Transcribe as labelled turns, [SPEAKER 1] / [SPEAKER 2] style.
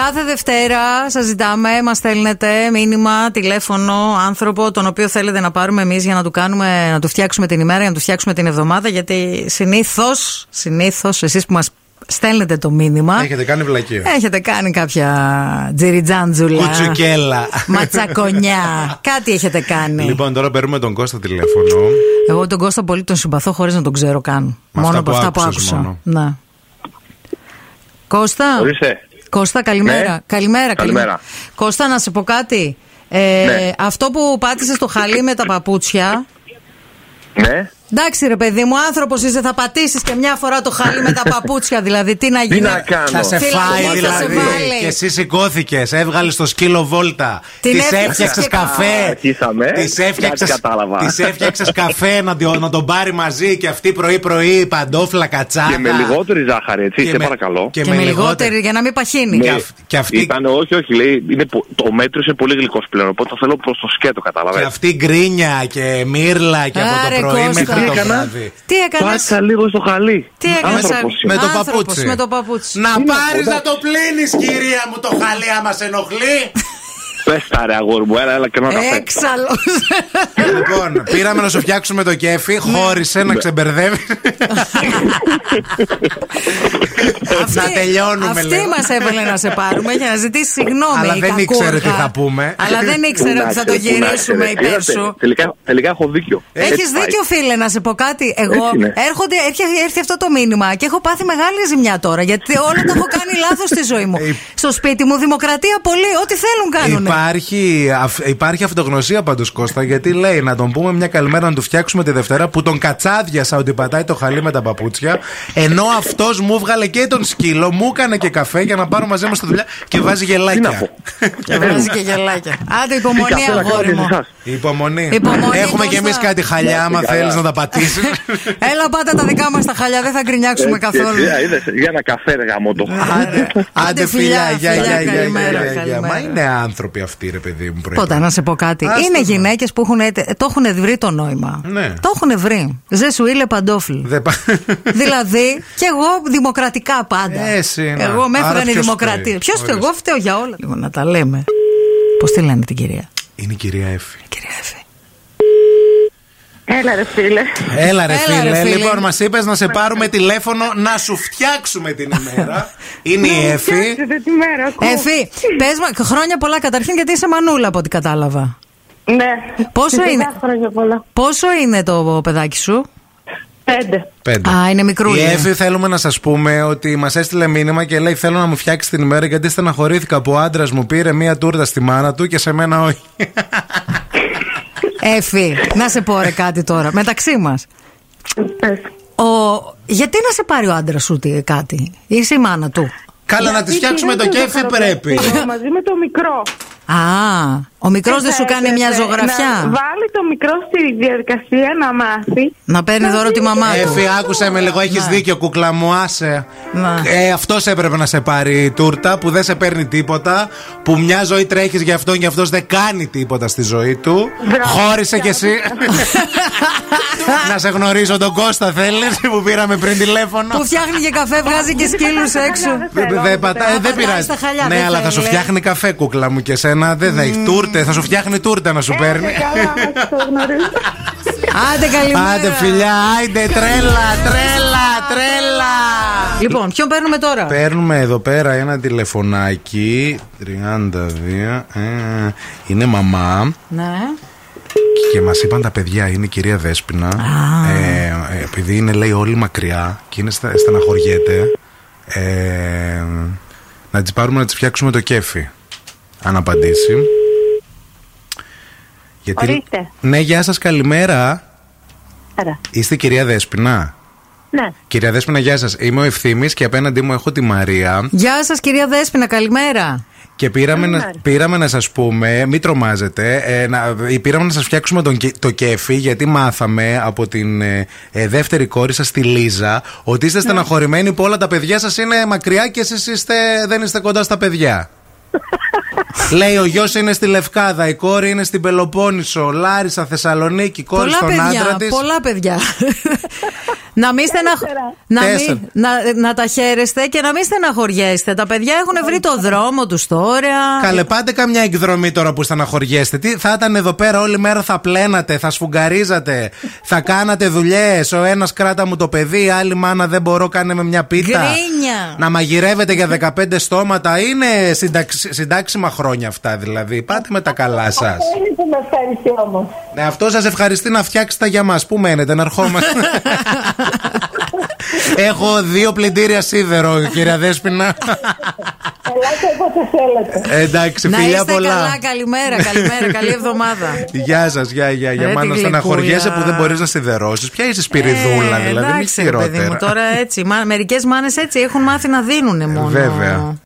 [SPEAKER 1] Κάθε Δευτέρα σας ζητάμε, μας στέλνετε μήνυμα, τηλέφωνο, άνθρωπο, τον οποίο θέλετε να πάρουμε εμείς για να του, κάνουμε, να του φτιάξουμε την ημέρα, για να του φτιάξουμε την εβδομάδα. Γιατί συνήθως, συνήθως, εσείς που μας στέλνετε το μήνυμα.
[SPEAKER 2] Έχετε κάνει βλακία.
[SPEAKER 3] Ε,
[SPEAKER 1] Έχετε κάνει κάποια τζιριτζάντζουλα.
[SPEAKER 2] Κουτσουκέλα.
[SPEAKER 1] Ματσακονιά. Κάτι έχετε
[SPEAKER 3] ναι.
[SPEAKER 1] κάνει.
[SPEAKER 2] Λοιπόν, τώρα παίρνουμε τον Κώστα τηλέφωνο.
[SPEAKER 1] Εγώ τον Κώστα πολύ τον συμπαθώ χωρίς να τον ξέρω καν.
[SPEAKER 2] Με
[SPEAKER 1] μόνο
[SPEAKER 2] αυτά
[SPEAKER 1] από
[SPEAKER 2] που
[SPEAKER 1] αυτά που
[SPEAKER 2] άκουσες
[SPEAKER 1] άκουσα.
[SPEAKER 2] μόνο.
[SPEAKER 1] Να. Κώστα.
[SPEAKER 4] Ορίστε.
[SPEAKER 1] Κώστα, καλημέρα.
[SPEAKER 4] Ναι.
[SPEAKER 1] Καλημέρα,
[SPEAKER 4] Καλημέρα.
[SPEAKER 1] Κώστα, να σε πω κάτι. Ε,
[SPEAKER 4] Ναι.
[SPEAKER 1] Αυτό που πάτησες στο χαλί με τα παπούτσια.
[SPEAKER 4] Ναι.
[SPEAKER 1] Εντάξει, ρε παιδί μου, άνθρωπος είσαι, θα πατήσεις και μια φορά το χαλί με τα παπούτσια. Δηλαδή, τι να γίνει.
[SPEAKER 4] Τι να κάνω.
[SPEAKER 3] Θα σε
[SPEAKER 1] Τι
[SPEAKER 3] φάει
[SPEAKER 1] λάθος, θα σε
[SPEAKER 3] δηλαδή.
[SPEAKER 1] βάλει.
[SPEAKER 3] Και εσύ σηκώθηκες, έβγαλες το σκύλο βόλτα.
[SPEAKER 1] Την
[SPEAKER 3] Τη
[SPEAKER 1] έφτιαξες
[SPEAKER 3] έφτιαξες
[SPEAKER 1] και
[SPEAKER 3] καφέ.
[SPEAKER 4] Αρχίσαμε.
[SPEAKER 3] Τη έφτιαξε
[SPEAKER 4] Κάτι κατάλαβα.
[SPEAKER 3] καφέ να, τη- να τον πάρει μαζί και αυτή πρωί-πρωί παντόφλα κατσάτα.
[SPEAKER 4] Και με λιγότερη ζάχαρη, έτσι, σε παρακαλώ.
[SPEAKER 1] Και με λιγότερη για να μην παχύνεις.
[SPEAKER 3] Ναι. αυ- και αυτή-
[SPEAKER 4] Ήταν, όχι, όχι, λέει, είναι, πο- το μέτρησε πολύ γλυκός πλέον. Οπότε θα θέλω προς το σκέτο,
[SPEAKER 3] Και
[SPEAKER 4] καταλαβαίνετε.
[SPEAKER 3] αυτή γκρίνια και μύρλα και από
[SPEAKER 1] Άρε,
[SPEAKER 3] το πρωί
[SPEAKER 1] Κώστα.
[SPEAKER 3] μέχρι το
[SPEAKER 1] Τι έκανα?
[SPEAKER 3] βράδυ.
[SPEAKER 1] Τι έκανες.
[SPEAKER 4] Πάτησα λίγο στο χαλί.
[SPEAKER 1] Τι έκανες,
[SPEAKER 4] Άνθρωπος
[SPEAKER 1] Άρη?
[SPEAKER 4] είμαι.
[SPEAKER 3] Με το
[SPEAKER 1] Άνθρωπος,
[SPEAKER 3] παπούτσι.
[SPEAKER 1] με το παπούτσι.
[SPEAKER 3] Να
[SPEAKER 4] Είναι
[SPEAKER 3] πάρει
[SPEAKER 4] αυτό,
[SPEAKER 3] να το πλύνεις, κυρία μου, το χαλί άμα σε ενοχλεί.
[SPEAKER 4] Πες τα ρε αγόρι μου, έλα, έλα και ένα καφέ.
[SPEAKER 1] Έξαλλος.
[SPEAKER 3] λοιπόν, πήραμε να σου φτιάξουμε το κέφι, χώρισε
[SPEAKER 4] Ναι.
[SPEAKER 3] να ξεμπερδεύει. να τελειώνουμε
[SPEAKER 1] Αυτή
[SPEAKER 3] λίγο.
[SPEAKER 1] μας έβαλε να σε πάρουμε για να ζητήσει συγγνώμη.
[SPEAKER 3] Αλλά
[SPEAKER 1] η
[SPEAKER 3] δεν ήξερε
[SPEAKER 1] κακούργα.
[SPEAKER 3] τι θα πούμε.
[SPEAKER 1] Αλλά δεν ήξερε ότι θα το
[SPEAKER 4] Κουνάξε,
[SPEAKER 1] γυρίσουμε
[SPEAKER 4] κουνάξε,
[SPEAKER 1] υπέρ
[SPEAKER 4] ρε.
[SPEAKER 1] σου.
[SPEAKER 4] Είδατε, Τελικά, τελικά έχω δίκιο.
[SPEAKER 1] Έχεις
[SPEAKER 4] Έτσι πάει.
[SPEAKER 1] δίκιο, φίλε, να σε πω κάτι. Εγώ
[SPEAKER 4] Έτσι είναι.
[SPEAKER 1] έρχονται, έρχεται, έρθει αυτό το μήνυμα και έχω πάθει μεγάλη ζημιά τώρα. Γιατί όλα τα έχω κάνει λάθος στη ζωή μου.
[SPEAKER 3] Ε,
[SPEAKER 1] Στο σπίτι μου, δημοκρατία πολύ. Ό,τι θέλουν κάνουν.
[SPEAKER 3] Υπάρχει, αυ- υπάρχει αυτογνωσία πάντως Κώστα, γιατί λέει να τον πούμε μια καλημέρα να του φτιάξουμε τη Δευτέρα που τον κατσάδιασα ότι πατάει το χαλί με τα παπούτσια. Ενώ αυτός μου βγάλε και τον σκύλο, μου έκανε και καφέ για να πάρω μαζί μου στη δουλειά και βάζει
[SPEAKER 4] Τι να
[SPEAKER 3] γελάκια.
[SPEAKER 4] πω.
[SPEAKER 1] Και βγάζει και γελάκια. Άντε,
[SPEAKER 4] Τι
[SPEAKER 1] υπομονή,
[SPEAKER 4] καφέ να κάνω
[SPEAKER 1] αγόρι
[SPEAKER 4] και
[SPEAKER 1] μου.
[SPEAKER 4] εσάς.
[SPEAKER 3] Υπομονή.
[SPEAKER 1] Υπομονή,
[SPEAKER 3] Έχουμε κι
[SPEAKER 1] Κώστα.
[SPEAKER 3] εμείς κάτι χαλιά, άμα
[SPEAKER 4] καλά.
[SPEAKER 3] θέλεις να τα πατήσεις.
[SPEAKER 1] Έλα, πάτα τα δικά μα τα χαλιά, δεν θα γκρινιάξουμε
[SPEAKER 4] Έτσι,
[SPEAKER 1] καθόλου.
[SPEAKER 4] έτσι, α, είδες, Για ένα καφέ, ρε γαμότο.
[SPEAKER 3] Άντε,
[SPEAKER 1] Άντε,
[SPEAKER 3] άντε
[SPEAKER 1] φιλιά,
[SPEAKER 3] φιλιά, γεια,
[SPEAKER 1] φιλιά,
[SPEAKER 3] γεια, γεια,
[SPEAKER 1] καλημέρα,
[SPEAKER 3] γεια, γεια, γεια. Μα
[SPEAKER 1] καλημέρα.
[SPEAKER 3] είναι άνθρωποι αυτοί, ρε παιδί μου. πρέπει.
[SPEAKER 1] Κότα, να σε πω κάτι.
[SPEAKER 3] Άστο
[SPEAKER 1] είναι
[SPEAKER 3] να.
[SPEAKER 1] γυναίκες που έχουν, το έχουν βρει το νόημα.
[SPEAKER 3] Ναι.
[SPEAKER 1] Το έχουν βρει. Ζεσουήλε παντόφιλ.
[SPEAKER 3] Δεν πα-
[SPEAKER 1] δηλαδή, και εγώ δημοκρατικά πάντα.
[SPEAKER 3] Ε, εσύ, να.
[SPEAKER 1] εγώ με
[SPEAKER 3] Άρα
[SPEAKER 1] έφεραν η
[SPEAKER 3] ποιος
[SPEAKER 1] δημοκρατία.
[SPEAKER 3] φταίει.
[SPEAKER 1] Ποιος το
[SPEAKER 3] Ορίστε.
[SPEAKER 1] εγώ φταίω για όλα. Λοιπόν, να τα λέμε. Πώς τη λένε την κυρία.
[SPEAKER 3] Είναι η κυρία Εφη.
[SPEAKER 1] Η κυρία Εφη.
[SPEAKER 5] Έλα ρε φίλε.
[SPEAKER 3] Έλα ρε
[SPEAKER 1] Έλα,
[SPEAKER 3] φίλε,
[SPEAKER 1] ρε, φίλε.
[SPEAKER 3] λοιπόν μας είπες να σε πάρουμε τηλέφωνο να σου φτιάξουμε την ημέρα Είναι η Εφη
[SPEAKER 5] Φτιάξετε τη Ε, μέρα ακούω.
[SPEAKER 1] Εφη, πες μα χρόνια πολλά καταρχήν γιατί είσαι μανούλα από ό,τι κατάλαβα.
[SPEAKER 5] Ναι.
[SPEAKER 1] Πόσο
[SPEAKER 5] Φυσικά,
[SPEAKER 1] είναι?
[SPEAKER 5] χρόνια πολλά.
[SPEAKER 1] Πόσο είναι το παιδάκι σου,
[SPEAKER 5] Πέντε.
[SPEAKER 3] Πέντε.
[SPEAKER 1] Α, είναι μικρού.
[SPEAKER 3] Η Εφη θέλουμε να σας πούμε ότι μας έστειλε μήνυμα και λέει θέλω να μου φτιάξεις την ημέρα γιατί στεναχωρήθηκα που ο άντρας μου πήρε μία τούρτα στη μάνα του και σε μένα όχι.
[SPEAKER 1] Εφη, να σε πω ρε κάτι τώρα. Μεταξύ μας.
[SPEAKER 5] Πες.
[SPEAKER 1] Ο... Γιατί να σε πάρει ο άντρας σου τι- κάτι, είσαι η μάνα του.
[SPEAKER 3] Καλά να τη
[SPEAKER 5] Γιατί
[SPEAKER 3] φτιάξουμε το
[SPEAKER 5] δεν το
[SPEAKER 3] κέφι
[SPEAKER 5] χαροπέ-
[SPEAKER 3] πρέπει.
[SPEAKER 5] Εγώ Μαζί με το μικρό.
[SPEAKER 1] Α, ο μικρός δεν σου κάνει μια
[SPEAKER 5] Ναι, Να
[SPEAKER 1] ζωγραφιά.
[SPEAKER 5] βάλει το μικρό στη διαδικασία να μάθει.
[SPEAKER 1] Να παίρνει δώρο τη μαμά του.
[SPEAKER 3] Εφη άκουσε με λίγο έχεις
[SPEAKER 1] Ναι.
[SPEAKER 3] δίκιο κουκλά μου άσε
[SPEAKER 1] Να.
[SPEAKER 3] ε, Αυτός έπρεπε να σε πάρει η τούρτα που δεν σε παίρνει τίποτα Που μια ζωή τρέχεις για αυτόν και αυτός δεν κάνει τίποτα στη ζωή του
[SPEAKER 5] Βράδυ.
[SPEAKER 3] Χώρισε κι εσύ Να σε γνωρίζω τον Κώστα θέλεις που πήραμε πριν τηλέφωνο
[SPEAKER 1] Που φτιάχνει και καφέ, βγάζει και
[SPEAKER 5] Γιατί
[SPEAKER 1] σκύλου
[SPEAKER 5] πατάτε
[SPEAKER 1] έξω.
[SPEAKER 5] χαλιά,
[SPEAKER 3] Δεν-
[SPEAKER 5] θέλω,
[SPEAKER 3] Δεν πατά- ε,
[SPEAKER 1] πατάει
[SPEAKER 3] δεν πειράζει.
[SPEAKER 1] στα χαλιά,
[SPEAKER 3] Ναι,
[SPEAKER 1] δεν
[SPEAKER 3] αλλά θα
[SPEAKER 1] θέλει,
[SPEAKER 3] σου
[SPEAKER 1] ε.
[SPEAKER 3] φτιάχνει καφέ, κούκλα μου και εσένα. Δεν θα έχει τούρτε, θα σου φτιάχνει τούρτα να
[SPEAKER 1] Ε,
[SPEAKER 3] σου παίρνει.
[SPEAKER 5] Καλά, άμα το γνωρίζω.
[SPEAKER 1] Άντε καλημέρα.
[SPEAKER 3] Άντε, φιλιά, άντε, τρέλα, τρέλα, τρέλα.
[SPEAKER 1] Λοιπόν, ποιον παίρνουμε τώρα.
[SPEAKER 3] Παίρνουμε εδώ πέρα ένα τηλεφωνάκι. 32. Ε, είναι μαμά
[SPEAKER 1] Ναι.
[SPEAKER 3] και μας είπαν τα παιδιά, είναι η κυρία Δέσποινα. Ε, επειδή είναι λέει όλοι μακριά και είναι στα, στεναχωριέται. Ε, να τις πάρουμε να τις φτιάξουμε το κέφι. Αν απαντήσει. Γιατί...
[SPEAKER 5] Ορίστε.
[SPEAKER 3] Ναι, γεια σας, καλημέρα.
[SPEAKER 5] Άρα,
[SPEAKER 3] Είστε η κυρία Δέσποινα.
[SPEAKER 5] Ναι.
[SPEAKER 3] Κυρία Δέσποινα, γεια σας. Είμαι ο Ευθύμης και απέναντί μου έχω τη Μαρία.
[SPEAKER 1] Γεια σας, κυρία Δέσπινα, καλημέρα.
[SPEAKER 3] Και πήραμε να,
[SPEAKER 5] Καλημέρα.
[SPEAKER 3] πήραμε να σας πούμε, μην τρομάζετε, ε, να, ε, πήραμε να σας φτιάξουμε τον, κε- το κέφι γιατί μάθαμε από την ε, ε, δεύτερη κόρη σας, τη Λίζα, ότι
[SPEAKER 1] Ναι.
[SPEAKER 3] είστε στεναχωρημένοι που όλα τα παιδιά σας είναι μακριά και εσείς είστε, δεν είστε κοντά στα παιδιά. Λέει ο γιος είναι στη Λευκάδα, η κόρη είναι στην Πελοπόννησο, Λάρισα, Θεσσαλονίκη, η κόρη
[SPEAKER 1] πολλά
[SPEAKER 3] στον
[SPEAKER 1] παιδιά,
[SPEAKER 3] άντρα της.
[SPEAKER 1] πολλά παιδιά. Να μην, στεναχ...
[SPEAKER 5] Τέσσερα.
[SPEAKER 1] να,
[SPEAKER 3] Τέσσερα.
[SPEAKER 1] μην... να, να τα χαίρεστε και να μην στεναχωριέστε. Τα παιδιά έχουν βρει το δρόμο τους τώρα.
[SPEAKER 3] Καλέ, πάντε καμιά εκδρομή τώρα που στεναχωριέστε. Τι, θα ήταν εδώ πέρα όλη μέρα, θα πλένατε, θα σφουγγαρίζατε, θα κάνατε δουλειές. Ο ένας κράτα μου το παιδί, άλλη μάνα δεν μπορώ, κάνε με μια πίτα.
[SPEAKER 1] Γκρίνια.
[SPEAKER 3] Να μαγειρεύετε για 15 στόματα. Είναι συνταξ- συντάξιμα χρόνια αυτά δηλαδή. Πάτε με τα καλά σας.
[SPEAKER 5] Αυτό είναι που με ευχαριστεί όμως.
[SPEAKER 3] Ναι, αυτό σας ευχαριστεί να φτιάξετε τα για μας. Πού μένετε, να ερχόμαστε. Έχω δύο πλυντήρια σίδερο, κυρία Δέσποινα.
[SPEAKER 5] Ελάτε όποτε θέλετε.
[SPEAKER 3] Εντάξει,
[SPEAKER 1] Να
[SPEAKER 3] φιλιά
[SPEAKER 1] είστε
[SPEAKER 3] πολλά.
[SPEAKER 1] καλά, καλημέρα, καλημέρα, καλή εβδομάδα.
[SPEAKER 3] Γεια σας, γεια, γεια,
[SPEAKER 1] Ρε
[SPEAKER 3] γεια.
[SPEAKER 1] τη
[SPEAKER 3] Μάλλον
[SPEAKER 1] γλυκούλα.
[SPEAKER 3] στεναχωριέσαι που δεν μπορείς να σιδερώσεις. Ποια είσαι σπυριδούλα,
[SPEAKER 1] Ε,
[SPEAKER 3] δηλαδή. μη
[SPEAKER 1] Εντάξει, ρε παιδί μου,
[SPEAKER 3] χειρότερα. Ε,
[SPEAKER 1] τώρα έτσι. Μερικές μάνες έτσι έχουν μάθει να δίνουν μόνο.
[SPEAKER 3] βέβαια.